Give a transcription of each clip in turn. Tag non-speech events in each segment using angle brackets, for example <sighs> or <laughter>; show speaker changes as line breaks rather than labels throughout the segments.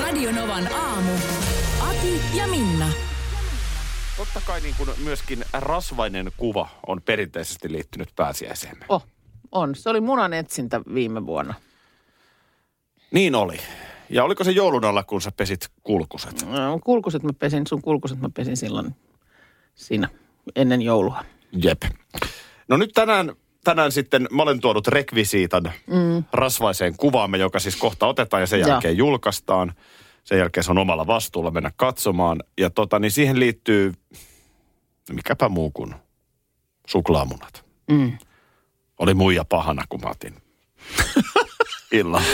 Radionovan aamu. Ati ja Minna.
Totta kai niin kuin myöskin rasvainen kuva on perinteisesti liittynyt pääsiäiseemme.
Oh, on. Se oli munan etsintä viime vuonna.
Niin oli. Ja oliko se joulun alla, kun sä pesit kulkuset?
No, Kulkuset mä pesin, sun kulkuset mä pesin silloin siinä ennen joulua.
Jep. No nyt tänään, tänään sitten mä olen tuonut rekvisiitan mm. rasvaiseen kuvaamme, joka siis kohta otetaan ja sen
Joo.
jälkeen julkaistaan. Sen jälkeen se on omalla vastuulla mennä katsomaan. Ja tota, niin siihen liittyy no mikäpä muu kuin suklaamunat.
Mm.
Oli muija pahana, kun mä
<laughs>
otin illalla.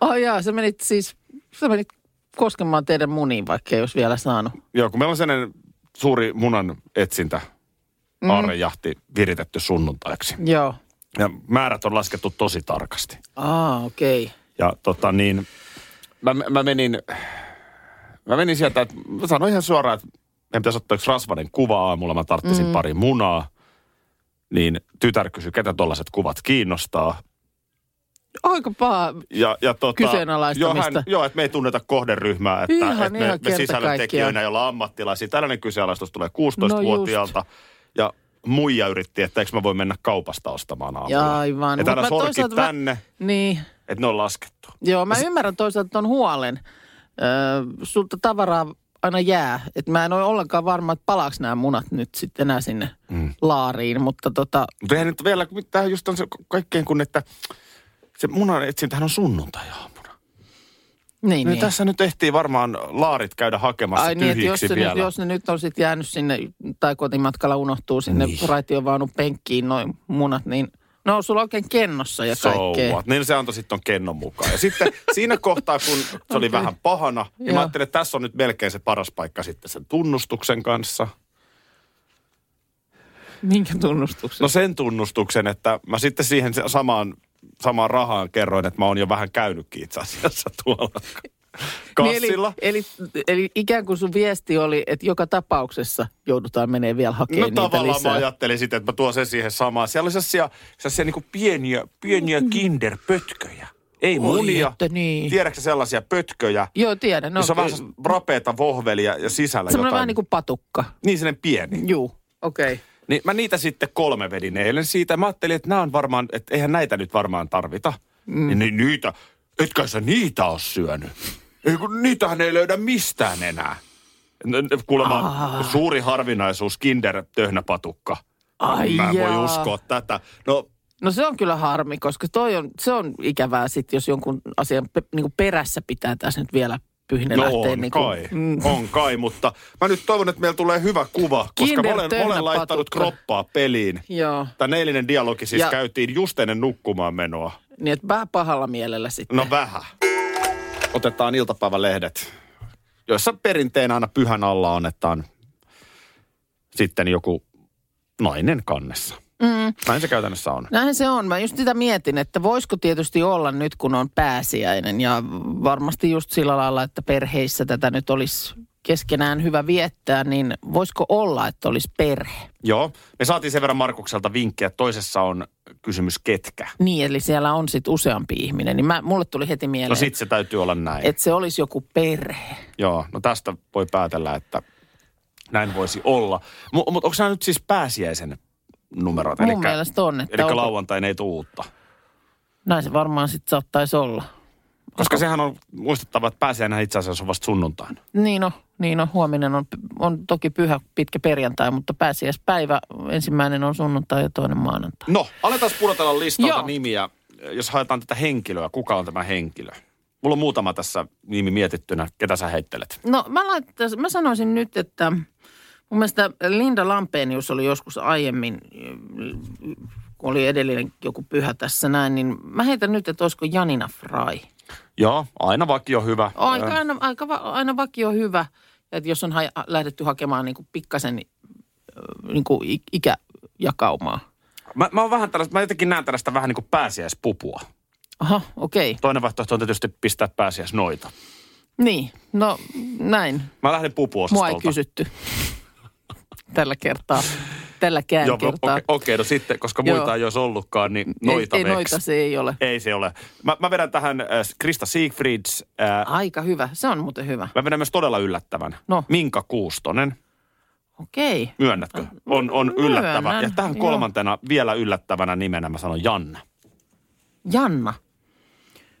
Oh jaa, sä menit siis, sä menit koskemaan teidän muniin, vaikka ei olisi vielä saanut.
Joo, kun meillä on sellainen suuri munan etsintä mm. aarejahti viritetty sunnuntaiksi.
Joo.
Ja määrät on laskettu tosi tarkasti.
Aa, okei. Okay.
Ja tota niin, mä, mä menin, mä menin sieltä, että mä sanoin ihan suoraan, että meidän pitäisi ottaa yksi rasvainen kuva aamulla, mä tarttisin mm. pari munaa. Niin tytär kysyi, ketä tollaiset kuvat kiinnostaa.
Aika paha.
Ja, ja tota,
Kyseenalaistamista.
Joo, hän- Joo, että me ei tunneta kohderyhmää, että,
Ihan,
että me,
ihan
me
kerta
sisällöntekijöinä,
kaikkiaan.
joilla on ammattilaisia. Tällainen kyseenalaistus tulee
No
16-vuotiaalta. ja muija yritti, että eikö mä voi mennä kaupasta ostamaan aamulla.
Ja aivan.
Että
Mut
älä
mä
sorki
toisaalta mä-
tänne,
Niin.
että ne on laskettu.
Joo, mä ymmärrän toisaalta ton huolen. Öö, sulta tavaraa aina jää. Et mä en ole ollenkaan varma, että palaaks nämä munat nyt sitten enää sinne mm. laariin, mutta tota,
Mutta eihän nyt vielä, tämä just on se kaikkein kun, että se munan etsintähän on sunnuntai-aamuna.
niin,
Niin.
niin.
tässä nyt ehtiin varmaan laarit käydä hakemassa
Ai niin, että jos,
tyhjiksi
se
vielä.
nyt, jos ne nyt on sitten jäänyt sinne, tai kotimatkalla unohtuu sinne
Niin.
niin. raitiovaunun penkkiin noin munat, niin ne on sulla oikein kennossa ja kaikkea.
So what? Niin se antoi sitten ton kennon mukaan. Ja
<laughs>
sitten siinä kohtaa, kun se oli vähän pahana, niin mä
Joo.
ajattelin, että tässä on nyt melkein se paras paikka sitten sen tunnustuksen kanssa.
Minkä tunnustuksen?
No sen tunnustuksen, että mä sitten siihen se- samaan, samaan rahaan kerroin, että mä oon jo vähän käynytkin itse asiassa <laughs> tuolla
Niin
kassilla.
Eli, eli, eli ikään kuin sun viesti oli, että joka tapauksessa joudutaan menee vielä
No
hakemaan niitä
tavallaan mä
lisää.
ajattelin sitten, että mä tuon sen siihen samaan. Siellä oli sellaisia, sellaisia niin kuin pieniä, pieniä kinderpötköjä. Ei
Mm-hmm. Oi,
munia.
että niin.
Tiedätkö sä sellaisia pötköjä?
Joo, tiedän.
No,
No,
se on vähän sellaista rapeeta vohvelia ja sisällä
semmoinen
jotain.
vähän niin kuin patukka.
Niin sellainen pieni.
Juu, okei. Okay.
Niin mä niitä sitten kolme vedin eilen siitä. Mä ajattelin, että nämä on varmaan, että eihän näitä nyt varmaan tarvita. Mm. Niin, niin niitä, etkä sä niitä oo syönyt. Ei kun niitähän ei löydä mistään enää. No, no, Kuulemma suuri harvinaisuus, kinder töhnäpatukka.
Ai
mä en voi
jaa.
uskoa tätä. No
No se on kyllä harmi, koska toi on, se on ikävää sitten, jos jonkun asian pe, niin kuin perässä pitää tässä nyt vielä pyhinä
No
lähteä.
on
niin kuin,
kai, on kai, mutta mä nyt toivon, että meillä tulee hyvä kuva, koska mä
Kinder
olen, mä olen laittanut
töhnäpatukka.
kroppaa peliin.
Joo,
Tämä eilinen dialogi siis ja.
Ja-
käytiin just ennen nukkumaan menoa.
niin että vähän pahalla mielellä sitten.
No vähän. Otetaan iltapäivälehdet, joissa perinteenä aina pyhän alla annetaan sitten joku nainen kannessa. Mm. Näin se käytännössä on.
Näin se on. Mä just sitä mietin, että voisiko tietysti olla nyt, kun on pääsiäinen. Ja varmasti just sillä lailla, että perheissä tätä nyt olisi keskenään hyvä viettää, niin voisiko olla, että olisi perhe?
Joo. Me saatiin sen verran Markukselta vinkkejä, että toisessa on kysymys ketkä. No
Niin, eli siellä on sitten useampi ihminen. Niin mä, mulle tuli heti mieleen,
No sit se täytyy olla näin.
että se olisi joku perhe.
Joo, no tästä voi päätellä, että näin voisi olla. Mutta mut onko nämä nyt siis pääsiäisen numerot?
Mun
Elikkä-
mielestä on, että
Eli
onko-
lauantaina ei tule uutta.
Näin se varmaan sitten saattaisi olla.
Koska sehän on muistettava, että pääsiäinen itse asiassa on vasta sunnuntaina.
Niin on, niin on. Huominen on, on toki pyhä pitkä perjantai, mutta pääsiäispäivä ensimmäinen on sunnuntai ja toinen maanantai.
No, aletaan pudotella listalta Joo.
Joo.
nimiä, jos haetaan tätä henkilöä. Kuka on tämä henkilö? Mulla on muutama tässä nimi mietittynä. Ketä sä heittelet?
No mä, laittais, mä sanoisin nyt, että Mun mielestä Linda Lampenius oli joskus aiemmin, kun oli edellinen joku pyhä tässä näin, niin mä heitän nyt, että olisiko Janina Frai.
Joo, aina vakio hyvä. Eh,
Aika, aina, aika, va- aina vakio hyvä, että jos on ha- lähdetty hakemaan niin kuin pikkasen ö, niin kuin ik- ikäjakaumaa.
Mä, mä, oon vähän tällaista, mä jotenkin näen tällaista vähän niin kuin pääsiäispupua.
Aha, okei. Okay.
Toinen vaihtoehto on tietysti pistää pääsiäisnoita.
Niin, no näin.
Mä lähden
Mua
pupuosastolta.
ei
<laughs>
kysytty tällä kertaa. Tälläkään
Joo, okei,
kertaa.
okay, okay, no sitten, koska
Joo.
muita ei olisi ollutkaan, niin noita
ei, ei noita
veksi.
se ei ole.
Ei se ole. Mä, mä vedän tähän äh, Krista Siegfrieds. Äh,
Aika hyvä, se on muuten hyvä.
mä vedän myös todella yllättävän.
No.
Minka Kuustonen.
Okei. Okay.
Myönnätkö? On, on yllättävä.
Ah, Myönnän,
Ja tähän
joo.
kolmantena vielä yllättävänä nimenä mä sanon Janna.
Janna.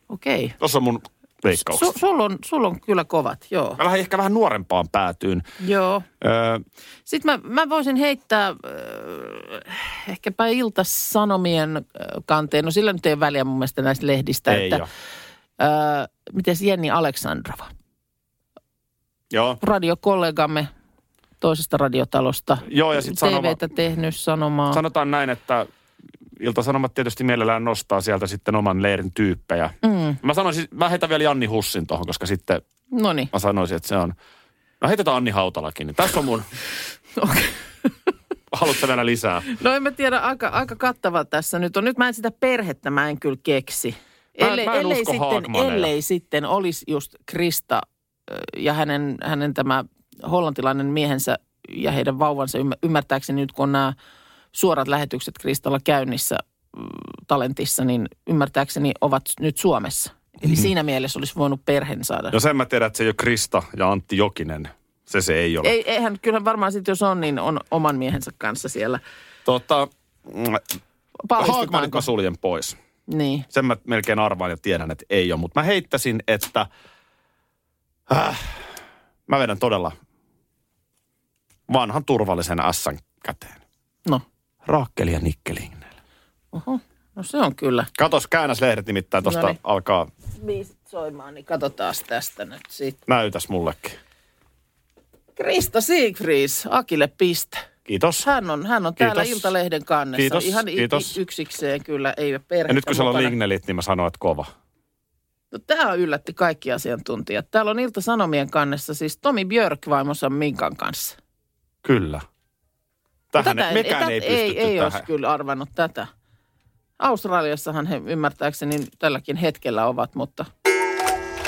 Okei. Okay.
Tuossa on mun veikkaukset.
Su- sulla, on, sulla on kyllä kovat, joo.
Mä lähden ehkä vähän nuorempaan päätyyn.
Joo.
Öö,
Sitten mä, mä voisin heittää äh, ehkäpä Ilta-Sanomien äh, kanteen. No sillä nyt ei ole väliä mun mielestä näistä lehdistä.
ei
että,
ole.
äh, mites Jenni Aleksandrova?
Joo.
Radiokollegamme toisesta radiotalosta.
Joo, ja sit sanoma-
TVtä tehnyt sanomaa.
Sanotaan näin, että Ilta-Sanomat tietysti mielellään nostaa sieltä sitten oman leirin tyyppejä.
Mm.
Mä sanoisin, mä heitän vielä Janni Hussin tohon, koska sitten
No niin.
mä sanoisin, että se on... No heitetään Anni Hautalakin. niin Tässä on
<laughs>
mun... Haluatko vielä lisää?
No en mä tiedä, aika, aika kattava tässä nyt on. Nyt mä en sitä perhettä, mä en kyllä keksi.
Mä en- mä en
ellei,
usko
sitten,
Haagmaneja.
ellei sitten olisi just Krista ö, ja hänen, hänen tämä hollantilainen miehensä ja heidän vauvansa, Ymmär- ymmärtääkseni nyt kun on nämä suorat lähetykset Kristalla käynnissä mm, talentissa, niin ymmärtääkseni ovat nyt Suomessa. Eli
Mm-hmm.
siinä mielessä olisi voinut perheen saada.
No sen mä tiedän, että se ei ole Krista ja Antti Jokinen. Se se ei ole.
Ei, eihän, kyllähän varmaan sitten jos on, niin on oman miehensä kanssa siellä.
Tota, Haakmanit
Paljistetaanko?
mä suljen pois.
Niin.
Sen mä melkein arvaan ja tiedän, että ei ole. Mutta mä heittäisin, että... Äh, mä vedän todella vanhan turvallisen ässän käteen.
No,
Raakkeli ja Nikkelin.
oho. No se on kyllä.
Katos, käännäslehdet nimittäin tosta
Noniin.
alkaa
biisit soimaan, niin katsotaan tästä nyt sitten.
näytäs mullekin.
Krista Siegfries, Akille piste.
Kiitos.
Hän on, hän on täällä
Kiitos.
Iltalehden kannessa.
Kiitos,
Ihan i-
kiitos.
i- yksikseen kyllä, ei ole perhettä
Ja nyt kun siellä on
mukana.
lignelit, niin mä sanoin, että kova.
No, tämä yllätti kaikki asiantuntijat. Täällä on Ilta-Sanomien kannessa siis Tomi Björk vaimonsa Minkan kanssa. No,
Kyllä. Tähän,
Tätä
ei,
en-
mekään ei,
tät-
pystytty
ei, ei olisi
tähän.
kyllä arvannut tätä. Australiassahan he ymmärtääkseni tälläkin hetkellä ovat, mutta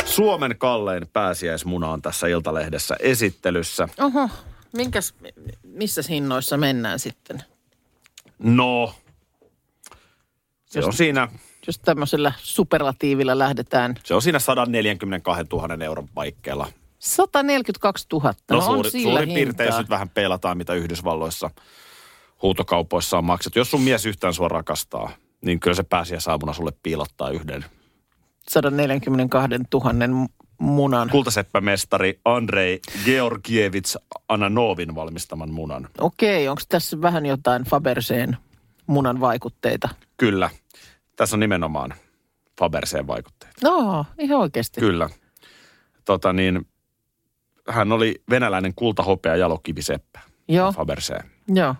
Suomen kallein pääsiäismuna on tässä Iltalehdessä esittelyssä.
oho, minkäs, missä hinnoissa mennään sitten?
No, se
Jos-
on, siinä,
jos tämmöisellä superlatiivilla lähdetään.
se on siinä 142 000 euron paikkeilla.
142 000, no,
No,
on
suuri,
sillä
suurin piirtein, siis jos
hintaa.
nyt vähän peilataan, mitä Yhdysvalloissa huutokaupoissa on maksettu. Jos sun mies yhtään sua rakastaa, niin kyllä se pääsiäisaamuna sulle piilottaa yhden
142 000 munan.
kultaseppämestari Andrei Georgievits Ananovin valmistaman munan.
Okei, onko tässä vähän jotain Faberseen munan vaikutteita?
Kyllä. Tässä on nimenomaan Faberseen vaikutteet.
No, ihan oikeasti.
Kyllä. Tota niin, hän oli venäläinen kultahopea jalokiviseppä
Joo,
Faberseen.
joo.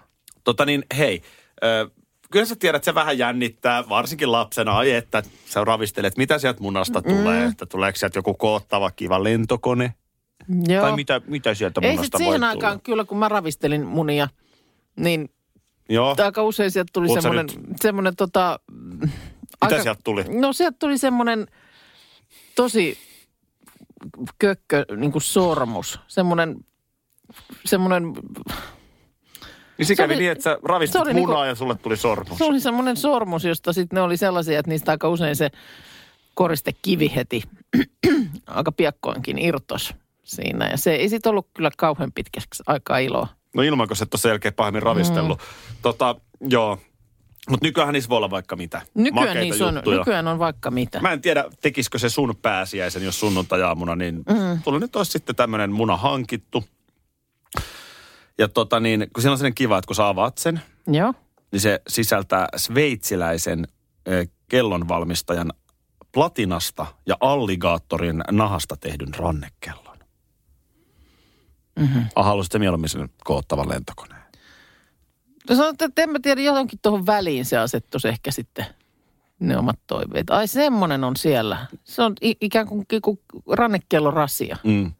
Tota niin, hei. Ö, kyllä sä tiedät, se vähän jännittää, varsinkin lapsena, ai että sä ravistelet, mitä sieltä munasta tulee, että tuleeko sieltä joku koottava kiva lentokone,
joo.
tai mitä, mitä sieltä
Ei sit
munasta voi
siihen
tulla.
aikaan kyllä, kun mä ravistelin munia, niin
Joo,
aika usein sieltä tuli
Oh. Oot sä
semmoinen, semmoinen tota...
mitä sieltä tuli?
No sieltä tuli semmoinen tosi kökkö, niin kuin sormus. Semmoinen, semmoinen,
Niin se kävi
oli-
niin, että sä ravistit
se oli
munaa
niinku-
ja sulle tuli sormus.
se oli semmoinen sormus, josta sitten ne oli sellaisia, että niistä aika usein se koristekivi heti <clears throat> aika piakkoinkin irtos siinä. Ja se ei sitten ollut kyllä kauhean pitkäksi aikaa iloa.
No ilman, kun sä et ole sen jälkeen pahemmin ravistellut.
Mm.
Tota, joo. Mutta nykyään niissä voi olla vaikka mitä.
Nykyään,
Makeita
niissä on,
juttuja.
nykyään on vaikka mitä.
Mä en tiedä, tekisikö se sun pääsiäisen, jos sunnuntajaamuna, niin mm. sulla nyt olisi sitten tämmöinen muna hankittu. Ja tota niin, kun siinä on sellainen kiva, että kun sä avaat sen,
Joo.
niin se sisältää sveitsiläisen eh, kellonvalmistajan platinasta ja alligaattorin nahasta tehdyn rannekellon. Mm-hmm. Ah, haluaisitte mieluummin sen koottavan lentokoneen.
No sanotaan, että en mä tiedä, johonkin tuohon väliin se asettuisi ehkä sitten ne omat toiveet. Ai semmonen on siellä. Se on i- ikään kuin, kuin rannekellorasia.
Mm.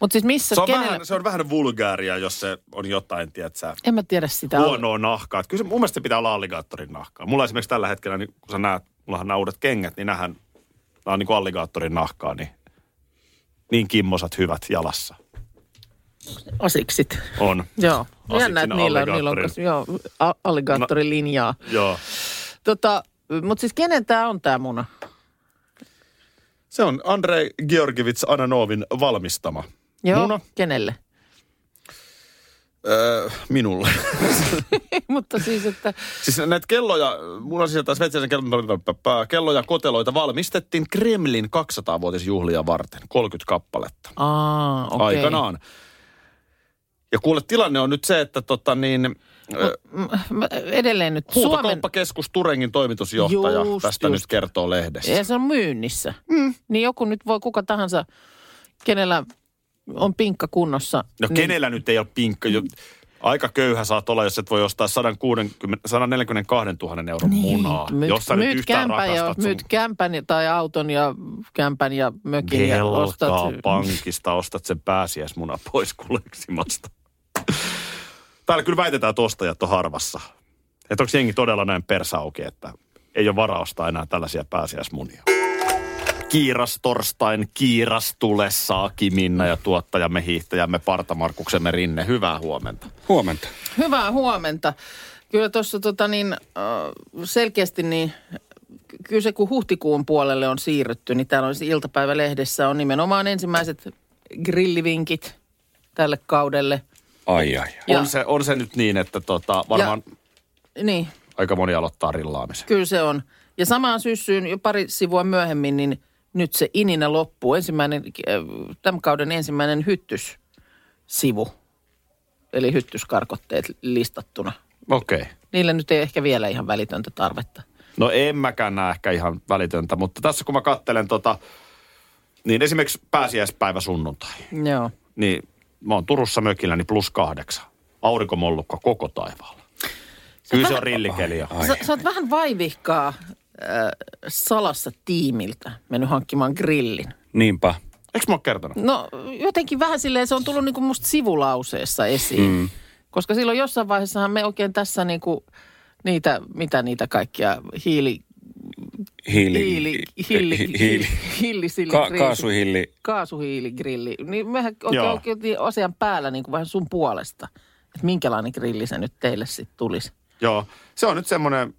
Mutta siis missä,
Se, on
kenellä...
vähän, se on vähän vulgaaria, jos se on jotain, tiedätkö,
En mä tiedä sitä.
huonoa nahkaa. Et Kyllä se, mun mielestä se pitää olla alligaattorin nahkaa. Mulla esimerkiksi tällä hetkellä, niin kun sä näet, mullahan nämä uudet kengät, niin nähän, nämä on niin kuin alligaattorin nahkaa, niin niin kimmosat hyvät jalassa
Asiksit.
on.
Joo.
Asiksin
Jännä, että niillä on, niillä on
alligaattorin.
kas- joo, a- alligaattorilinjaa. No.
Joo.
Tota, mutta siis kenen tämä on tämä muna?
Se on Andrei Georgivits Ananovin valmistama.
Joo,
Muna?
kenelle? <laughs>
Öö, minulle. <laughs>
mutta siis, että
siis näitä kelloja, mun on sieltä sveitsiläisen kello, kelloja koteloita valmistettiin Kremlin 200-vuotisjuhlia varten. 30 kappaletta.
aa, okei.
aikanaan. Ja kuule, tilanne on nyt se, että tota niin, ö,
Mä edelleen nyt Suomen...
huutokauppakeskus Turengin toimitusjohtaja
Just,
tästä
just.
nyt kertoo lehdessä.
Ja se on myynnissä. Mm. Niin joku nyt voi kuka tahansa, kenellä on pinkka kunnossa.
No kenellä nyt ei ole pinkka? Jo, aika köyhä saat olla, jos et voi ostaa 160, 142 000 euron niin. munaa,
Myyt,
jos sä nyt
myyt,
yhtään
kämpän ja,
rakastat
myyt kämpän ja- tai auton ja kämpän ja mökin ja
Velkaa
ostat.
pankista, ostat sen pääsiäismuna pois kuleksimasta. Täällä kyllä väitetään, että ostajat on harvassa. Että onko jengi todella näin persauki, että ei ole varaa ostaa enää tällaisia pääsiäismunia. Kiiras torstain, kiiras tule saaki Minna ja tuottajamme, hiihtäjämme, partamarkuksemme Rinne. Hyvää huomenta.
Huomenta.
<laughs> Hyvää huomenta. Kyllä tuossa tota niin, äh, selkeästi niin, ky- kyllä se kun huhtikuun puolelle on siirrytty, niin täällä on siis iltapäivälehdessä on nimenomaan ensimmäiset grillivinkit tälle kaudelle.
Ai ai. ai.
Ja-
On se, on se nyt niin, että tota, varmaan ja.
Niin,
aika moni aloittaa rillaamisen.
kyllä se on. Ja samaan syssyyn jo pari sivua myöhemmin, niin nyt se ininä loppuu. Ensimmäinen, äh, tämän kauden ensimmäinen hyttyssivu, eli hyttyskarkotteet listattuna.
Okei. Okay.
Niille nyt ei ehkä vielä ihan välitöntä tarvetta.
No en mäkään näe ehkä ihan välitöntä, mutta tässä kun mä kattelen tota, niin esimerkiksi pääsiäispäivä sunnuntai,
Joo.
niin mä oon Turussa mökillä, niin plus kahdeksan. Aurinkomollukka koko taivaalla. Kyllä se on rillikeliä.
Sä, sä oot vähän vaivihkaa äh, salassa tiimiltä mennyt hankkimaan grillin.
Niinpä.
Eikö mä oon kertonut?
No jotenkin vähän silleen, se on tullut niinku musta sivulauseessa esiin. Mm. Koska silloin jossain vaiheessahan me oikein tässä niinku niitä, mitä niitä kaikkia, hiili,
Hiili.
hiili, hiili,
hi-
hiili,
hiili.
hiili, hiili
Ka- kaasuhiili.
kaasuhiiligrilli. Niin mehän oikein,
Joo.
oikein oltiin asian päällä niinku vähän sun puolesta, että minkälainen grilli se nyt teille sitten tulisi.
Joo. Se on nyt semmoinen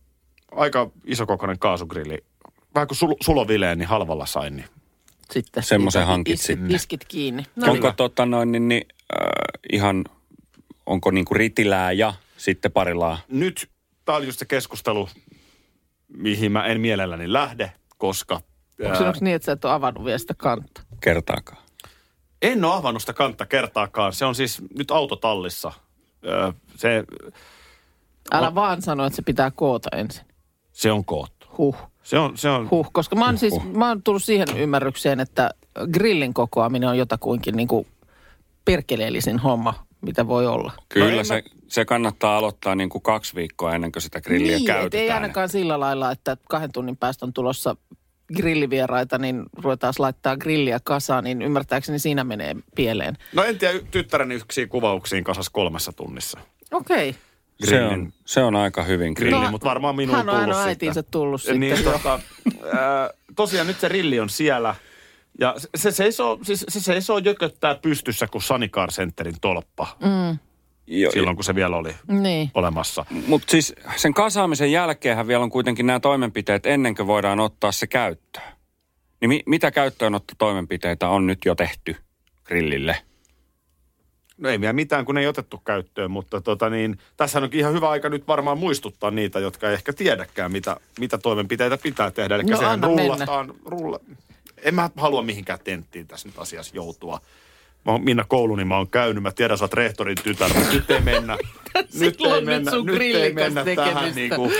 aika isokokoinen kaasugrilli. Vähän kuin sul- sulovileen, niin halvalla sain. Niin.
Sitten
Semmoisen
Is-
hankit
iskit-
sitten.
Iskit kiinni.
No, onko tota noin, niin, niin äh, ihan, onko niinku ritilää ja sitten parilaa?
Nyt tää oli just se keskustelu, mihin mä en mielelläni lähde, koska...
Onko se onko niin, että sä et ole avannut vielä sitä kantta?
Kertaakaan.
En ole avannut sitä kantta kertaakaan. Se on siis nyt autotallissa. Öö, se,
Älä vaan sano, että se pitää koota ensin.
se on koottu.
Huh,
Se on, se on,
huh. Koska mä oon siis, mä oon tullut siihen ymmärrykseen, että grillin kokoaminen on jotakuinkin niin kuin perkeleellisin homma, mitä voi olla.
Kyllä
en
no, se, mä... se kannattaa aloittaa niinku kaksi viikkoa ennen kuin sitä grilliä
niin, et
käytetään.
ei ainakaan sillä lailla, että kahden tunnin päästä on tulossa grillivieraita, niin ruvetaan laittaa grilliä kasaan, niin ymmärtääkseni siinä menee pieleen.
no en tiedä, tyttären yksiin kuvauksiin kasas kolmessa tunnissa
Okei. Okay.
Se
grillin.
on, se on aika hyvin
grilli,
grilli.
no,
No,
mutta varmaan minun
Hän on
tullut
aina
sitten.
äitiinsä tullut sitten.
Niin, tota, ää, tosiaan nyt se rilli on siellä. Ja se- se seisoo, siis se seisoo jököttää pystyssä kuin Sanicar Centerin tolppa. Mm.
Joo,
Silloin kun se vielä oli
Niin.
olemassa.
Mutta siis sen kasaamisen jälkeenhän vielä on kuitenkin nämä toimenpiteet ennen kuin voidaan ottaa se käyttöön. Niin mi- mitä käyttöönottotoimenpiteitä on nyt jo tehty grillille?
No ei vielä mitään, kun ei otettu käyttöön, mutta tota niin, tässä onkin ihan hyvä aika nyt varmaan muistuttaa niitä, jotka ei ehkä tiedäkään, mitä, mitä toimenpiteitä pitää tehdä. Eli
No,
no, sehän
anna
rullataan, rulla... En mä halua mihinkään tenttiin tässä nyt asiassa joutua. Mä oon Minna Kouluni, mä oon käynyt, mä tiedän, sä oot rehtorin tytär, mutta <laughs> nyt ei mennä. nyt
Sillä
ei
on nyt
mennä,
sun
nyt ei
grillin
mennä
kanssa
tähän
tekemistä.
niinku,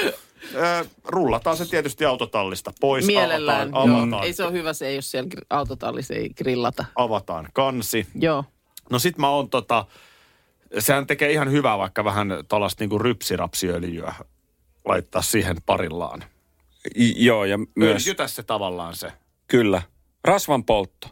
ö, rullataan se tietysti autotallista pois,
Mielellään.
avataan,
Joo.
avataan,
Ei se ole hyvä, se ei, jos siellä gr- autotallissa ei grillata.
avataan kansi,
Joo.
No sit mä oon tota, sehän tekee ihan hyvää vaikka vähän tuollaista niinku rypsirapsiöljyä laittaa siihen parillaan.
I, joo, ja myös,
Öljytä se tavallaan se.
kyllä. Rasvan poltto.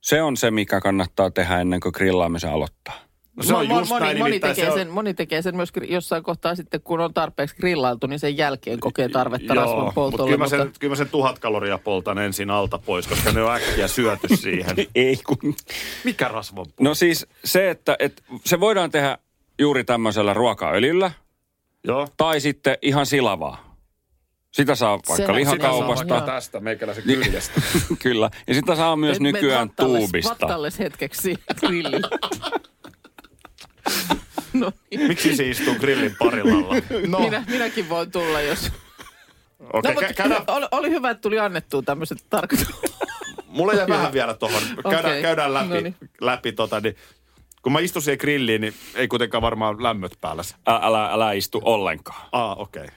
Se on se, mikä kannattaa tehdä ennen kuin grillaamisen aloittaa.
No se on
Mo- mo-
just
moni,
näin,
moni,
nimittäin
tekee
se on-
sen, moni tekee sen myös kri- jossain kohtaa sitten, kun on tarpeeksi grillailtu, niin sen jälkeen kokee tarvetta
Joo,
rasvan
mutta
poltolle.
kyllä mä,
Mutta,
sen, mutta... kyllä mä sen tuhat kaloria poltan ensin alta pois, koska ne on äkkiä <laughs> syöty siihen.
Ei kun.
Mikä rasvan poltto?
No siis se, että, että se voidaan tehdä juuri tämmöisellä ruokaöljyllä
Joo.
tai sitten ihan silavaa. Sitä saa vaikka
Sehän-
lihakaupasta.
sitä saa vaikka
tästä meikäläisen kyljestä.
<laughs> Kyllä. Ja sitä saa myös
Me- me
nykyään
vattalles-
tuubista.
Vattalles hetkeksi <laughs>
<laughs>
grillille. no niin.
Miksi se istuu grillin parillalla? <laughs> No,
Minä, minäkin voin tulla, jos... No,
okei,
mutta
okay, käydään,
oli, oli hyvä, että tuli annettua tämmöiset tarkoitukset.
mulla jäi vähän vielä tuohon. Käydään, okay.
Okei,
käydään läpi,
noniin.
läpi tota, niin, kun mä istun siihen grilliin, niin ei kuitenkaan varmaan lämmöt päällä.
Ä, älä, älä istu ollenkaan.
Aa, okei. Okay.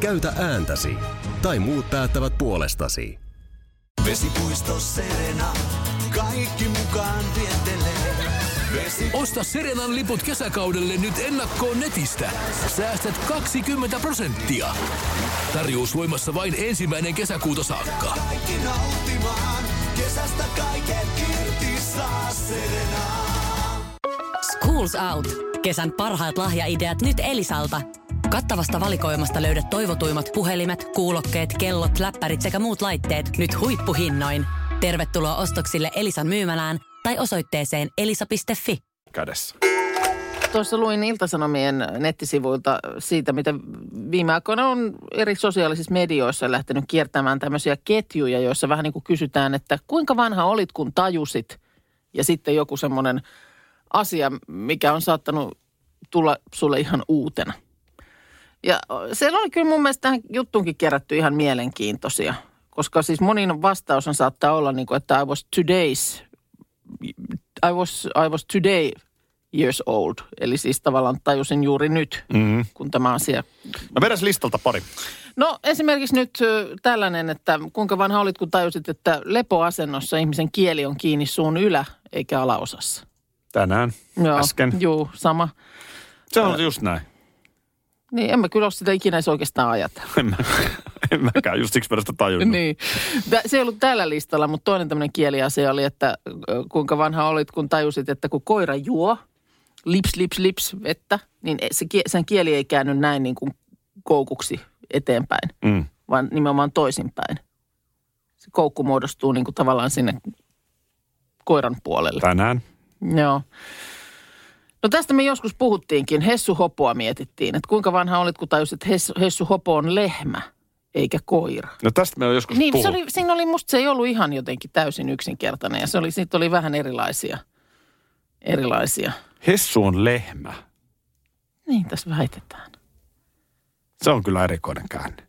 Käytä ääntäsi. Tai muut päättävät puolestasi.
Vesipuisto Serena, kaikki mukaan vientelee.
Osta Serenan liput kesäkaudelle nyt ennakkoon netistä. Säästät 20 prosenttia. Tarjous voimassa vain ensimmäinen kesäkuuta saakka.
Kaikki nauttimaan, kesästä kaiken irti saa Serena.
Schools Out. Kesän parhaat lahjaideat nyt Elisalta. Kattavasta valikoimasta löydät toivotuimmat puhelimet, kuulokkeet, kellot, läppärit sekä muut laitteet nyt huippuhinnoin. Tervetuloa ostoksille Elisan myymälään tai osoitteeseen elisa.fi.
kädessä.
Tuossa luin Iltasanomien nettisivuilta siitä, mitä viime aikoina on eri sosiaalisissa medioissa lähtenyt kiertämään tämmöisiä ketjuja, joissa vähän niin kuin kysytään, että kuinka vanha olit, kun tajusit? Ja sitten joku semmoinen asia, mikä on saattanut tulla sulle ihan uutena. Ja ö, siellä oli kyllä mun mielestä tähän juttuunkin kerätty ihan mielenkiintoisia, koska siis monin vastaus on saattaa olla niin kuin, että I was today's, I was, I was today years old. Eli siis tavallaan tajusin juuri nyt, mm-hmm. kun tämä asia.
No vedäs listalta pari.
No esimerkiksi nyt ö, tällainen, että kuinka vanha olit, kun tajusit, että lepoasennossa ihmisen kieli on kiinni suun ylä- eikä alaosassa.
Tänään.
Joo,
Äsken.
Juu, sama.
Se on just näin. <laughs>
Niin en mä kyllä ole sitä ikinä edes oikeastaan ajatella.
En, mä, en mäkään just siksi mä en sitä tajunnut.
Niin. Tä- Se ei ollut tällä listalla, mutta toinen tämmöinen kieliasia oli, että ö, kuinka vanha olit, kun tajusit, että kun koira juo lips, lips, lips vettä, niin e- se, kie- sen kieli ei käänny näin niin kuin koukuksi eteenpäin,
Mm.
vaan nimenomaan toisinpäin. Se koukku muodostuu niin kuin tavallaan sinne koiran puolelle.
Tänään.
Joo. No tästä me joskus puhuttiinkin. Hessu Hopoa mietittiin, että kuinka vanha olit, kun tajusit, että Hessu, Hessu Hopo on lehmä eikä koira.
No tästä me on joskus
Niin,
puhuttu.
se oli, siinä oli musta, se ei ollut ihan jotenkin täysin yksinkertainen ja se oli, siitä oli vähän erilaisia, erilaisia.
Hessu on lehmä.
Niin tässä väitetään.
Se on kyllä erikoinen käänne.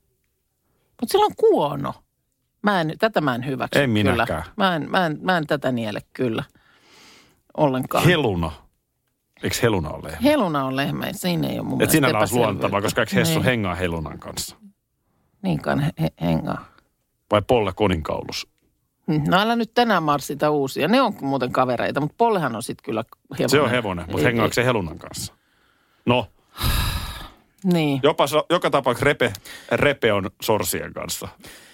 Mutta sillä on kuono. Mä en, tätä mä en hyväksy
En minäkään.
kyllä. Mä en, mä, en, mä en tätä niele kyllä ollenkaan.
Heluna. Eikö heluna ole lehmä?
Heluna on lehmä, siinä ei ole mun
Et
mielestä
sinällään olisi luontavaa,
epäselvyyttä.
koska eikö Hessu
niin,
niin. hengaa helunan kanssa?
Niinkaan he, he, hengaa.
Vai Polle koninkaulus?
No älä nyt tänään marssita uusia. Ne on muuten kavereita, mutta Pollehan on sitten kyllä hevonen.
Se on hevonen,
Ei-
mutta hengaako se helunan kanssa? No,
Niin.
jopa, so- joka tapauksessa repe, repe on sorsien kanssa.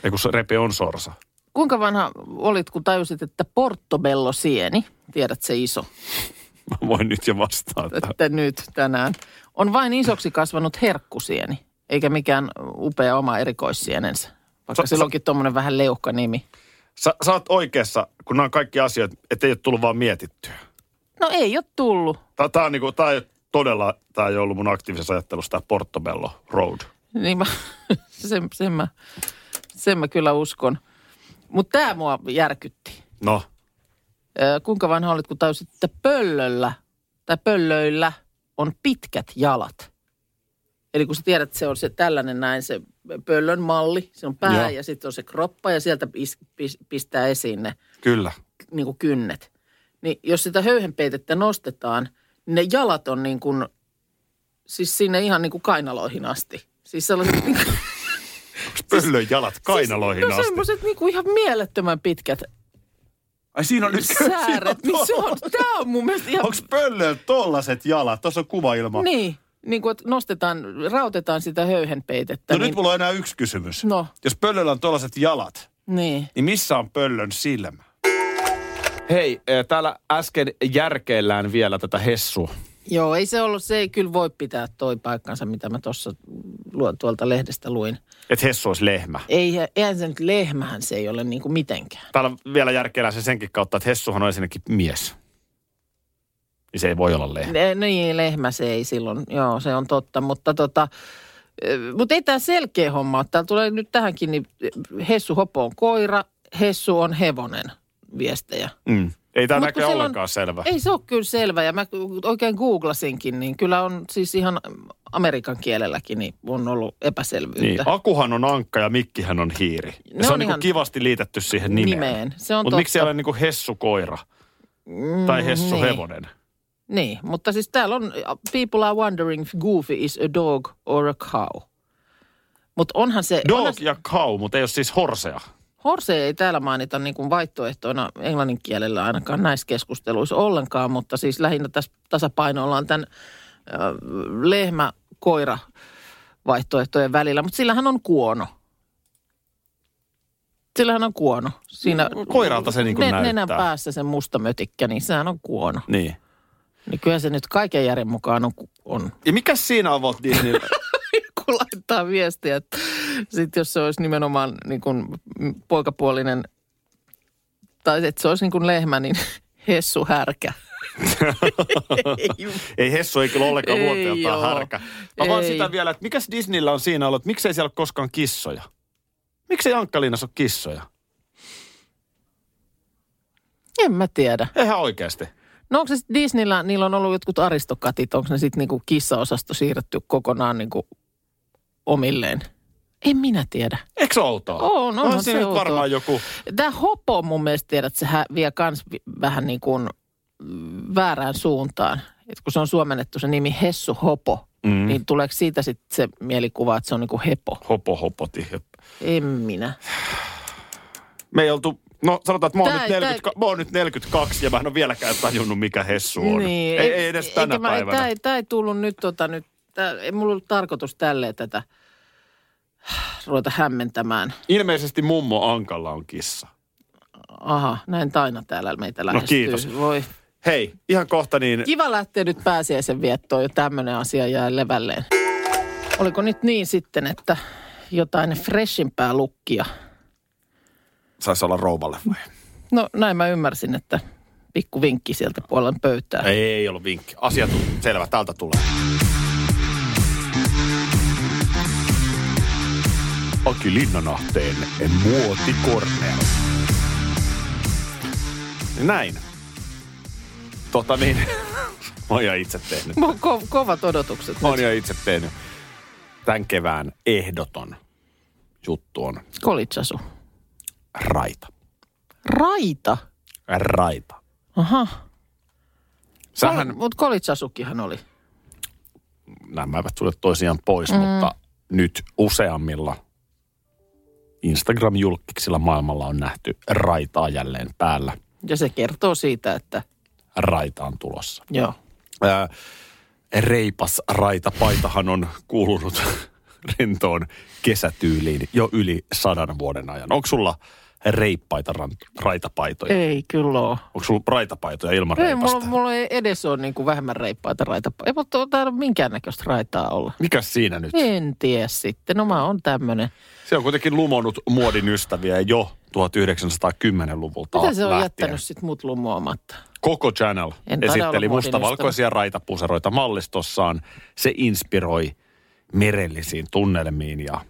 Ei kun se- repe on sorsa.
Kuinka vanha olit, kun tajusit, että portobello-sieni, tiedät se iso,
Mä voin nyt jo vastata.
että nyt tänään, on vain isoksi kasvanut herkkusieni, eikä mikään upea oma erikoissienensä. Vaikka
Sa-
sillä onkin tuommoinen vähän leuhka nimi.
Sä, sä oot oikeassa, kun nämä on kaikki asioita, ettei ole tullut vaan mietittyä.
No ei ole tullut.
Tää, tää on niinku, tää ei oo todella, tää ei oo ollut mun aktiivisessa ajattelussa tää Portobello Road.
Niin mä, <laughs> sen, sen, mä, sen mä kyllä uskon. Mutta tämä mua järkytti.
No,
Ö, kuinka vanha olit, kun tajusit, että pöllöllä tai pöllöillä on pitkät jalat? Eli kun sä tiedät, että se on se tällainen näin, se pöllön malli, se on pää
Joo.
ja sitten on se kroppa ja sieltä pis, pis, pistää esiin ne
Kyllä.
niin kuin kynnet. Niin jos sitä höyhenpeitettä nostetaan, niin ne jalat on niin kuin, siis sinne ihan niin kuin kainaloihin asti. Siis sellaiset niin kuin,
Pöllön jalat kainaloihin
siis, no
asti.
semmoiset niin kuin ihan mielettömän pitkät
Ai siinä on nyt <laughs> siinä on
sääret. Niin se
tuolla.
on, tää on mun mielestä ihan...
Onko pöllöllä tollaset jalat? Tuossa on kuva ilman.
Niin, niin kuin, että nostetaan, rautetaan sitä höyhenpeitettä.
No
niin,
nyt mulla on enää yksi kysymys.
No.
Jos pöllöllä on tollaset jalat,
Niin.
niin missä on pöllön silmä?
Hei, äh, täällä äsken järkeillään vielä tätä hessua.
Joo, ei se ollut, se ei kyllä voi pitää toi paikkansa, mitä mä tuossa lu- tuolta lehdestä luin.
Että hessu olisi lehmä.
Ei, eihän se nyt lehmähän se ei ole niin kuin mitenkään.
Täällä vielä järkeillään se senkin kautta, että hessuhan on ensinnäkin mies. Niin se ei voi olla
Eh.
lehmä.
Ne- Niin, lehmä se ei silloin, joo, se on totta, mutta tota, ö, mutta ei tämä selkeä homma ole. Täällä tulee nyt tähänkin, niin Hessu Hopo on koira, Hessu on hevonen viestejä.
Mm. Ei tämä
Mut kun
näköjään
silloin-
ollenkaan selvä.
Ei se ole kyllä selvä ja mä oikein googlasinkin, niin kyllä on siis ihan Amerikan kielelläkin niin on ollut
Niin.
epäselvyyttä.
Akuhan on ankka ja mikkihän on hiiri. Ja
Ne
se on
on
niinku
ihan-
kivasti liitetty siihen nimeen.
Nimeen, se on
Mutta miksi
totta. Mm,
siellä on niinku hessukoira tai hessuhevonen?
Niin, mutta siis täällä on people are wondering if Goofy is a dog or a cow. Mutta onhan se... onhan,
Dog ja cow, mutta ei ole siis horsea.
Horse ei täällä mainita niin kuin vaihtoehtoina englannin kielellä ainakaan näissä keskusteluissa ollenkaan, mutta siis lähinnä tässä tasapainoilla on tämän äh, lehmä-koira vaihtoehtojen välillä. Mutta sillähän on kuono. Sillähän on kuono. Siinä
Koiralta se niin kuin näyttää.
nenän päässä se musta mötikkä, niin sehän on kuono.
Niin.
Niin kyllä se nyt kaiken järjen mukaan on, ku- on
Ja mikä siinä on Walt
<laughs>
Disney?
kun laittaa viestiä, että sit jos se olisi nimenomaan niin kuin mm, poikapuolinen, tai että se olisi niin kuin lehmä, niin <laughs> hessu härkä.
ei Hessu ei kyllä ollenkaan
Ei
luonteeltaan
joo.
härkä. Mä vaan
Ei.
sitä vielä, että mikäs Disneyllä on siinä ollut, että miksei siellä ole koskaan kissoja? Miksei Ankkalinnassa ole kissoja?
En mä tiedä.
Eihän oikeasti.
No onko se sit Disneyllä, niillä on ollut jotkut aristokatit, onko ne sitten niinku kissaosasto siirretty kokonaan niinku omilleen? En minä tiedä.
Eikö se outoa?
On, onhan
on
se
siinä nyt
outoa.
varmaan joku.
Tämä hopo mun mielestä tiedät, se hä- vie kans vi- vähän niin kuin mm, väärään suuntaan. Et kun se on suomennettu se nimi Hessu Hopo, mm. niin tuleeko siitä sitten se mielikuva, että se on niin kuin hepo?
Hopo hopoti.
En minä.
Me ei oltu, no sanotaan, että mä oon,
Tää-
nyt, 40, mä oon nyt 42 ja mä en ole vieläkään tajunnut, mikä Hessu on. ei, ei edes tänä
Niin, eikä mä- ei-
päivänä.
Tää ei, tää ei tullut nyt, tota, nyt tää, ei mulla ollut tarkoitus tälleen tätä <sighs> ruveta hämmentämään.
Ilmeisesti mummo Ankalla on kissa.
Aha, näin Taina täällä meitä lähestyy.
No kiitos.
Voi.
Hei, ihan kohta niin...
Kiva lähteä nyt pääsiäisen viettoon, jo tämmöinen asia jää levälleen. Oliko nyt niin sitten, että jotain freshimpää lukkia?
Saisi olla rouvalle vai?
No näin mä ymmärsin, että pikku vinkki sieltä puolen pöytää.
Ei, ei ollut vinkki. Asia tuli. Selvä, täältä tulee. Aki Linnanahteen muotikorner. Näin. Tota niin, <laughs> mä oon ihan itse tehnyt.
Mulla on ko- kovat odotukset
Mä
nyt.
oon ihan itse tehnyt. Tän kevään ehdoton juttu on
Kolitsasu.
raita.
Raita.
Raita.
Aha.
Sähän,
Mutta kolitsasukihan oli.
nämä eivät sulje toisiaan pois, mm. mutta nyt useammilla Instagram-julkiksilla maailmalla on nähty raitaa jälleen päällä.
Ja se kertoo siitä, että
Raita on tulossa.
joo.
Ää, reipas raitapaitahan on kuulunut <laughs> rentoon kesätyyliin jo yli sadan vuoden ajan. Onko sulla reippaita ran- raitapaitoja?
Ei kyllä oo.
Onko sulla raitapaitoja ilman
Ei,
reipasta?
mulla, mulla ei edes ole niin kuin vähemmän reippaita raitapa. Ei mutta täällä minkäännäköistä raitaa olla.
Mikäs siinä nyt?
En tiedä sitten. No mä oon tämmönen.
Se on kuitenkin lumonut muodin ystäviä jo 1910-luvulta
Mitä se on
lähtien.
jättänyt sit mut lumoamatta?
Koko Channel
En taida olla
esitteli
muodin
mustavalkoisia raitapuseroita mallistossaan. Se inspiroi merellisiin tunnelmiin ja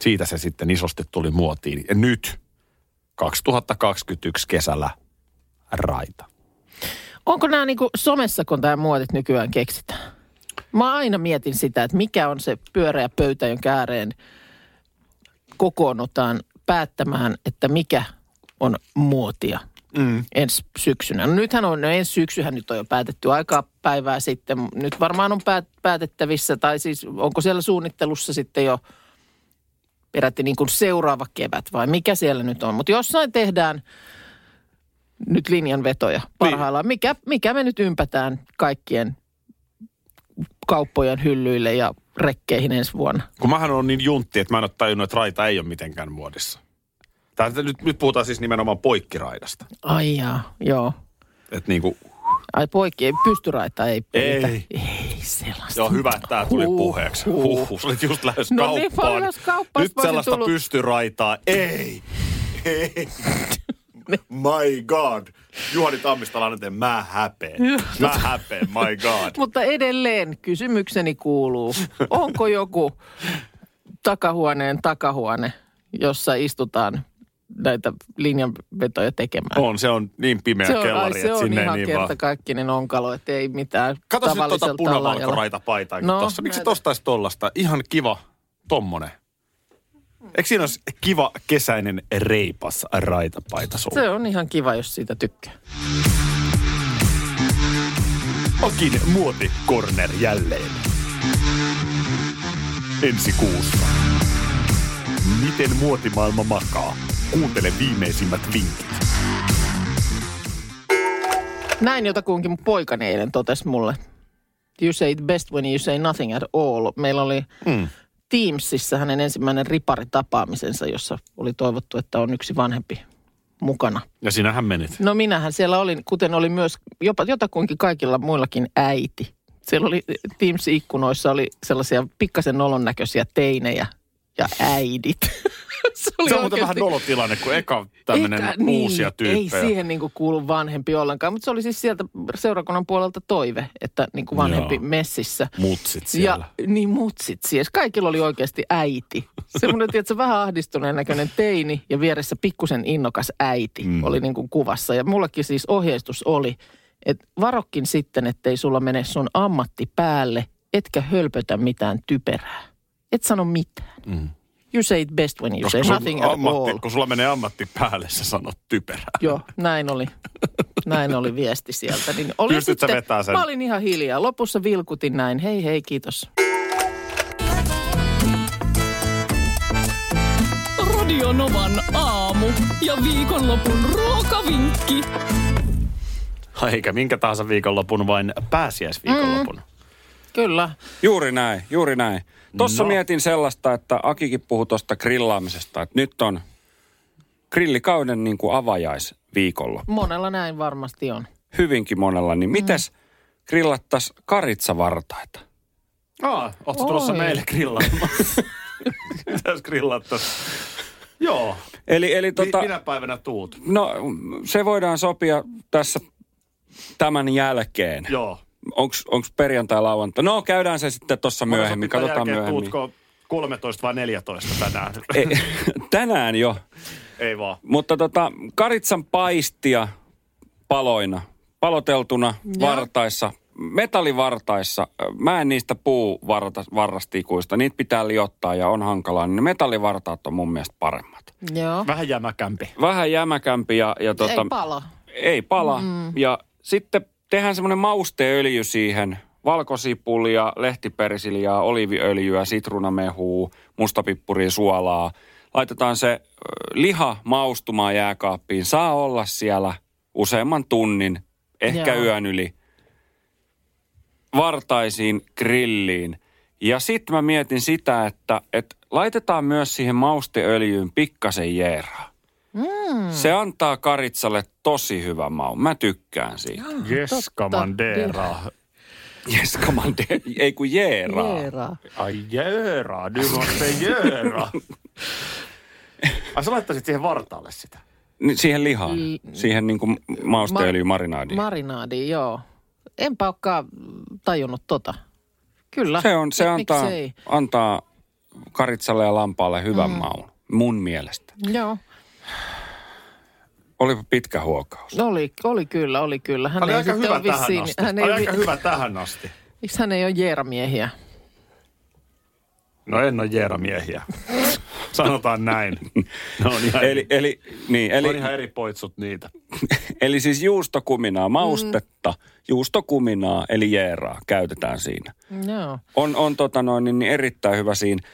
siitä se sitten isosti tuli muotiin. Ja nyt 2021 kesällä raita.
Onko nämä niin somessa, kun tämä muotit nykyään keksitään? Mä aina mietin sitä, että mikä on se pyöreä pöytä, jonka ääreen kokoonnutaan päättämään, että mikä on muotia mm. ensi syksynä. No nythän on, no ensi syksyhän nyt on jo päätetty aikaa päivää sitten. Nyt varmaan on päät- päätettävissä, tai siis onko siellä suunnittelussa sitten jo peräti niin kuin seuraava kevät vai mikä siellä nyt on. Mutta jossain tehdään nyt linjanvetoja
Niin.
parhaillaan. Mikä, mikä me nyt ympätään kaikkien kauppojen hyllyille ja rekkeihin ensi vuonna?
Kun mähän on niin juntti, että mä en ole tajunnut, että raita ei ole mitenkään muodissa. Tää, nyt, nyt puhutaan siis nimenomaan poikkiraidasta.
Ai jaa, joo.
Että niinku,
Ai poikki, ei pystyraita, ei
Ei.
pitä. Ei sellaista.
joo hyvä, että tää tuli
Huh,
puheeksi.
huh.
Huhhuh, sä olit just lähes
No niin,
kauppaan.
jos kauppaan
nyt
olisin
sellaista
tullut.
pystyraitaa, ei!
<laughs>
Ei. My God. Juhani Tammistalainen, tee, mä häpeen. Mä häpeen, my
<laughs>
God.
Mutta edelleen kysymykseni kuuluu, onko joku takahuoneen takahuone, jossa istutaan näitä linjanvetoja tekemään?
On, se on niin pimeä
se on,
kellari,
ai, se
että
on
sinne ei
ihan
niin vaan.
kertakaikkinen onkalo, että ei mitään
Kato nyt tuota
tavalliselta
punavalkoraita paitaakin no,
No,
tossa. Miksi
näitä-
tostaisi tollasta? Ihan kiva tommonen. Eikö siinä olisi kiva kesäinen reipas raitapaita sulla?
Se on ihan kiva, jos siitä tykkää.
Okin muoti corner jälleen. Ensi kuussa. Miten muotimaailma makaa? Kuuntele viimeisimmät vinkit.
Näin jotakuinkin mun poikani eilen totesi mulle. You say it best when you say nothing at all. Meillä oli
Mm.
hmm. Teamsissa hänen ensimmäinen riparitapaamisensa, jossa oli toivottu, että on yksi vanhempi mukana.
Ja sinähän menit.
No minähän siellä olin, kuten oli myös jopa jotakuinkin kaikilla muillakin äiti. Siellä oli Teams-ikkunoissa oli sellaisia pikkasen nolon näköisiä teinejä ja äidit. <laughs> Se oli
Se on muuten
oikeasti-
vähän nolotilanne, kun eka tämmöinen
Eikä-
uusia
niin,
tyyppejä.
Ei siihen niin kuin kuulu vanhempi ollenkaan, mutta se oli siis sieltä seurakunnan puolelta toive, että niin kuin vanhempi
Joo.
Joo. messissä.
Mutsit siellä.
Ja niin mutsit siis. Kaikilla oli oikeasti äiti. Semmoinen, <laughs> tiedätkö, vähän ahdistuneen näköinen teini ja vieressä pikkusen innokas äiti mm. oli niin kuin kuvassa. Ja mullakin siis ohjeistus oli, että varokkin sitten, ettei sulla mene sun ammatti päälle, etkä hölpötä mitään typerää. Et sano mitään. Mm. You say it best when you say
sun
nothing at all.
ammatti, kun sulla menee ammatti päälle, sä sanot
<laughs>
typerää.
Joo, näin oli. Näin oli viesti sieltä. Niin oli
Pystyt sä vetää sen?
Mä olin ihan hiljaa. Lopussa vilkutin näin. Hei hei, kiitos.
Radio Novan aamu ja viikonlopun ruokavinkki.
Eikä minkä tahansa viikonlopun, vain pääsiäisviikonlopun. Mm.
Kyllä.
Juuri näin, juuri näin. Tossa
No.
no. mietin sellaista, että Akikin puhui tuosta grillaamisesta, että nyt on grillikauden niin kuin avajaisviikolla.
Monella näin varmasti on.
Hyvinkin monella, niin mites mm. grillattas karitsavartaita?
Aa, ootko tulossa
Oi.
meille
<laughs>
grillaamaan? Mitäs grillattaisi? Joo,
Eli, eli
tota...
tota,
minä päivänä tuut.
no se voidaan sopia tässä tämän jälkeen.
Joo.
Onko perjantai, lauantai? No käydään se sitten tuossa myöhemmin,
Sopittaa
katsotaan
jälkeen,
myöhemmin. <laughs>
Tuutko 13 vai 14 tänään?
E, tänään jo.
Ei vaan.
Mutta tota, karitsan paistia paloina, paloteltuna vartaissa, metallivartaissa. Mä en niistä puu varrastikuista, niitä pitää liottaa ja on hankalaa. Niin ne metallivartaat on mun mielestä paremmat.
Joo.
Vähän jämäkämpi.
Vähän jämäkämpi ja, ja tota,
Ei pala.
ei pala. Mm. Ja sitten tehdään semmoinen mausteöljy siihen. Valkosipulia, lehtipersiliaa, oliiviöljyä, sitruunamehua, mustapippuria, suolaa. Laitetaan se ö, liha maustumaan jääkaappiin. Saa olla siellä useamman tunnin, ehkä
Joo.
Joo. yön yli. Vartaisiin grilliin. Ja sitten mä mietin sitä, että, että laitetaan myös siihen mausteöljyyn pikkasen jeeraa.
Mm.
Se antaa karitsalle tosi hyvän maun. Mä tykkään siitä.
Yes, komandera.
Jes, kamande. Ei kun jeeraa.
Jeeraa.
Ai jööraa, nyt on se jööraa. Ai sä laittaisit siihen vartaalle sitä.
Niin Siihen lihaan.
Mm.
Siihen niin kuin mausteöljymarinaadiin.
Marinaadi, joo. Enpä olekaan tajunnut tota. Kyllä.
Se, on, se
Mik-
antaa,
miksei? Mm.
antaa karitsalle ja lampaalle hyvän maun. Mun mielestä.
Joo.
Olipa pitkä huokaus.
No Oli, oli kyllä, oli kyllä. Hän
Oli
ei
aika
sitten
hyvä
ole
tähän
vissiin-
asti.
Hän ei,
Oli
vi-
aika hyvä tähän asti.
Miksi hän ei ole jeeramiehiä?
No en ole jeeramiehiä. Sanotaan näin. <laughs> No on ihan,
Eli, eli, niin, eli,
on ihan eri poitsut niitä.
eli siis juustokuminaa, maustetta,
Mm.
juustokuminaa eli jeeraa käytetään siinä.
Joo.
On, on tota noin, niin, niin erittäin hyvä siinä.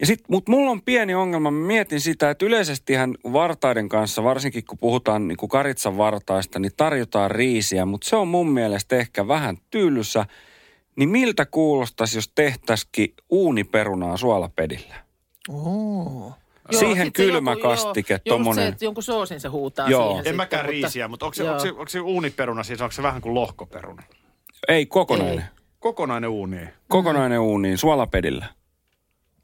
Ja sit, mut mulla on pieni ongelma. Mä mietin sitä, että yleisestihän vartaiden kanssa, varsinkin kun puhutaan niin kuin karitsan vartaista, niin tarjotaan riisiä, mutta se on mun mielestä ehkä vähän tylsä. Niin miltä kuulostaisi, jos tehtäisikin uuniperunaa suolapedillä?
Oo.
Siihen
sit se
kylmä
joku- joo,
kastike,
just
tommonen.
se, että jonkun soosin se huutaa
Joo.
siihen
En
En
sitten,
mäkään riisiä, mutta onko se, onko, se,
Joo.
onko se uuniperuna siis, onko se vähän kuin lohkoperuna?
Ei, kokonainen.
Kokonainen uuni.
Kokonainen uuniin, suolapedillä.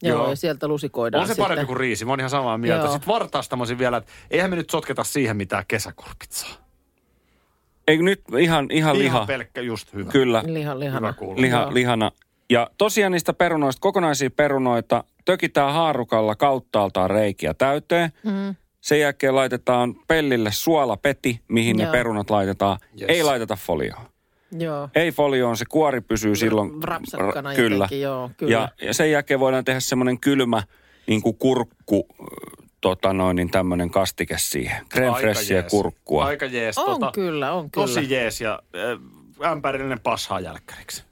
Joo,
Joo.
ja sieltä lusikoidaan
On se
sitten.
parempi kuin riisi, mä oon ihan samaa mieltä.
Joo.
Sitten vartaasta mä olisin vielä, että eihän me nyt sotketa siihen mitään kesäkorpitsaa.
Ei nyt ihan, ihan liha.
Ihan pelkkä just hyvä.
Kyllä,
Lihan,
Hyvä
lihana.
kuulla.
liha, lihana. Ja tosiaan niistä perunoista, kokonaisia perunoita, tökitään haarukalla kauttaaltaan reikiä täyteen.
Mm-hmm.
Mm. Sen jälkeen laitetaan pellille suolapeti, mihin Joo. ne
Joo.
perunat laitetaan. Yes.
Yes.
Ei laiteta folioon.
Joo.
Ei folioon, se kuori pysyy silloin.
rapsakkana
r-
jotenkin, joo, kyllä.
Ja, ja sen jälkeen voidaan tehdä semmoinen kylmä niin kuin kurkku, äh, tota noin, niin tämmöinen kastike siihen. Creme
Aika
freshia
jees.
kurkkua.
Aika jees.
On kyllä, on kyllä.
tota, Tosi jees ja äh, ämpärillinen pashaa
<laughs>
jälkkäriksi.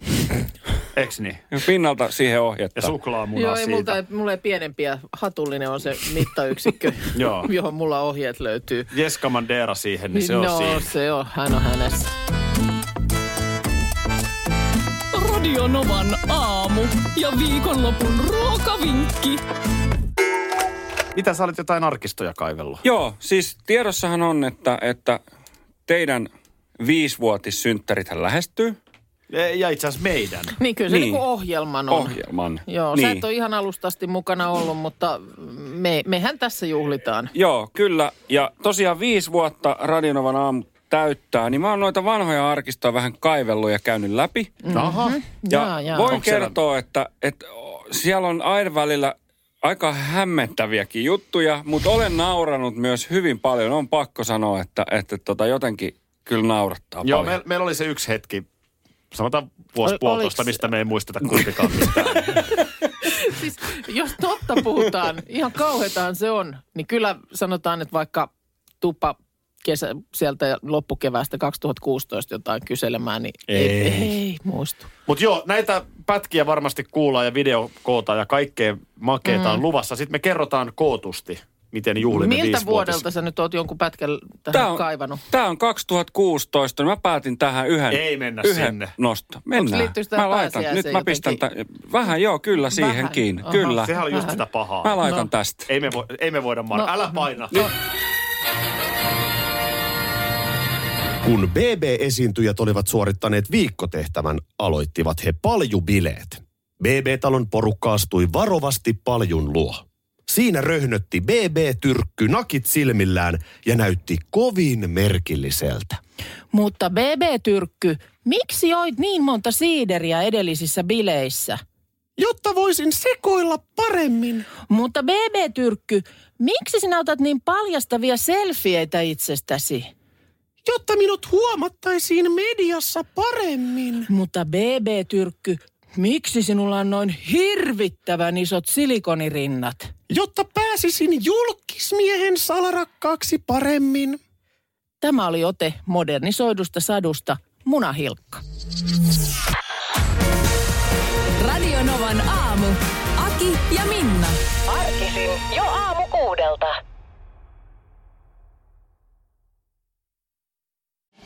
Eks niin?
Ja Pinnalta siihen ohjetta.
Ja suklaamuna
Joo, ei
siitä.
multa, mulla ei pienempiä. Hatullinen on se mittayksikkö,
<laughs> Joo.
johon mulla ohjeet löytyy.
Jeska Mandera siihen, niin se on
no,
siinä.
se on. Hän on hänessä.
Radionovan aamu ja viikonlopun ruokavinkki.
Mitä sä olet jotain arkistoja kaivellut?
Joo, siis tiedossahan on, että, että teidän viisivuotissynttärithän lähestyy
E- Ja itse asiassa meidän.
Niin kyllä se
Niin.
niin. niinku ohjelman on.
ohjelman.
Joo, niin. sä
niin.
et ole ihan alusta asti mukana ollut, mutta me, mehän tässä juhlitaan.
Joo, kyllä. Ja tosiaan viisi vuotta Radionovan aamu täyttää, niin mä oon noita vanhoja arkistoja vähän kaivellut ja käynyt läpi.
Aha.
Mhm.
Ja
Mm. Jaa, jaa.
voin
Onko siellä-
kertoa, että, että o, siellä on aina välillä aika hämmentäviäkin juttuja, mutta olen nauranut myös hyvin paljon. On pakko sanoa, että, että tota, jotenkin kyllä naurattaa
Joo,
paljon.
me, meillä oli se yksi hetki, sanotaan vuosi
Ol-
puolitoista,
oliks-
mistä me ei muisteta
<laughs>
kumpikaan mitään.
Siis, jos totta puhutaan, ihan kauhetaan se on, niin kyllä sanotaan, että vaikka tupa kesä, sieltä loppukeväästä 2016 jotain kyselemään, niin ei, ei, ei muistu.
Mutta joo, näitä pätkiä varmasti kuullaan ja videokootaan ja kaikkea makeita mm. on luvassa. Sitten me kerrotaan kootusti, miten juhlimme
Miltä
viisivuotis-
vuodelta sä nyt oot jonkun pätkän tähän
Tää on,
kaivannut?
Tämä on 2016, niin mä päätin tähän yhden,
Ei mennä
yhden
sinne.
nosto. Mennään.
liittyykö tähän
Mä laitan, nyt
pääsiäiseen
mä pistän
jotenkin?
tämän, vähän joo, kyllä siihen
Vähän,
kiinni,
aha.
kyllä.
Sehän oli just sitä pahaa.
Mä laitan no. tästä.
Ei me, vo, ei me voida maan. No.
No.
Älä paina.
Kun BB-esiintyjät olivat suorittaneet viikkotehtävän, aloittivat he paljubileet. BB-talon porukka astui varovasti paljun luo. Siinä röhnötti BB-tyrkky nakit silmillään ja näytti kovin merkilliseltä.
Mutta BB-tyrkky, miksi joit niin monta siideriä edellisissä bileissä?
Jotta voisin sekoilla paremmin.
Mutta BB-tyrkky, miksi sinä otat niin paljastavia selfieitä itsestäsi?
Jotta minut huomattaisiin mediassa paremmin.
Mutta BB-tyrkky, miksi sinulla on noin hirvittävän isot silikonirinnat?
Jotta pääsisin julkismiehen salarakkaaksi paremmin.
Tämä oli ote modernisoidusta sadusta Munahilkka.
Radio Novan aamu. Aki ja Minna.
Arkisin jo aamu kuudelta.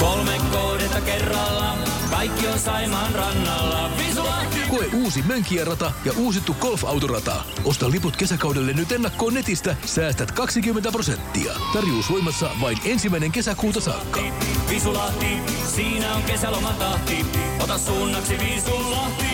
Kolme kohdetta kerralla, kaikki on Saimaan rannalla. Visulahti
Koe uusi Mönkijärata ja uusittu golfautorata. Osta liput kesäkaudelle nyt ennakkoon netistä. Säästät 20 prosenttia. Tarjous voimassa vain ensimmäinen kesäkuuta saakka.
Viisulahti, siinä on kesälomantahti. Ota suunnaksi Viisulahti.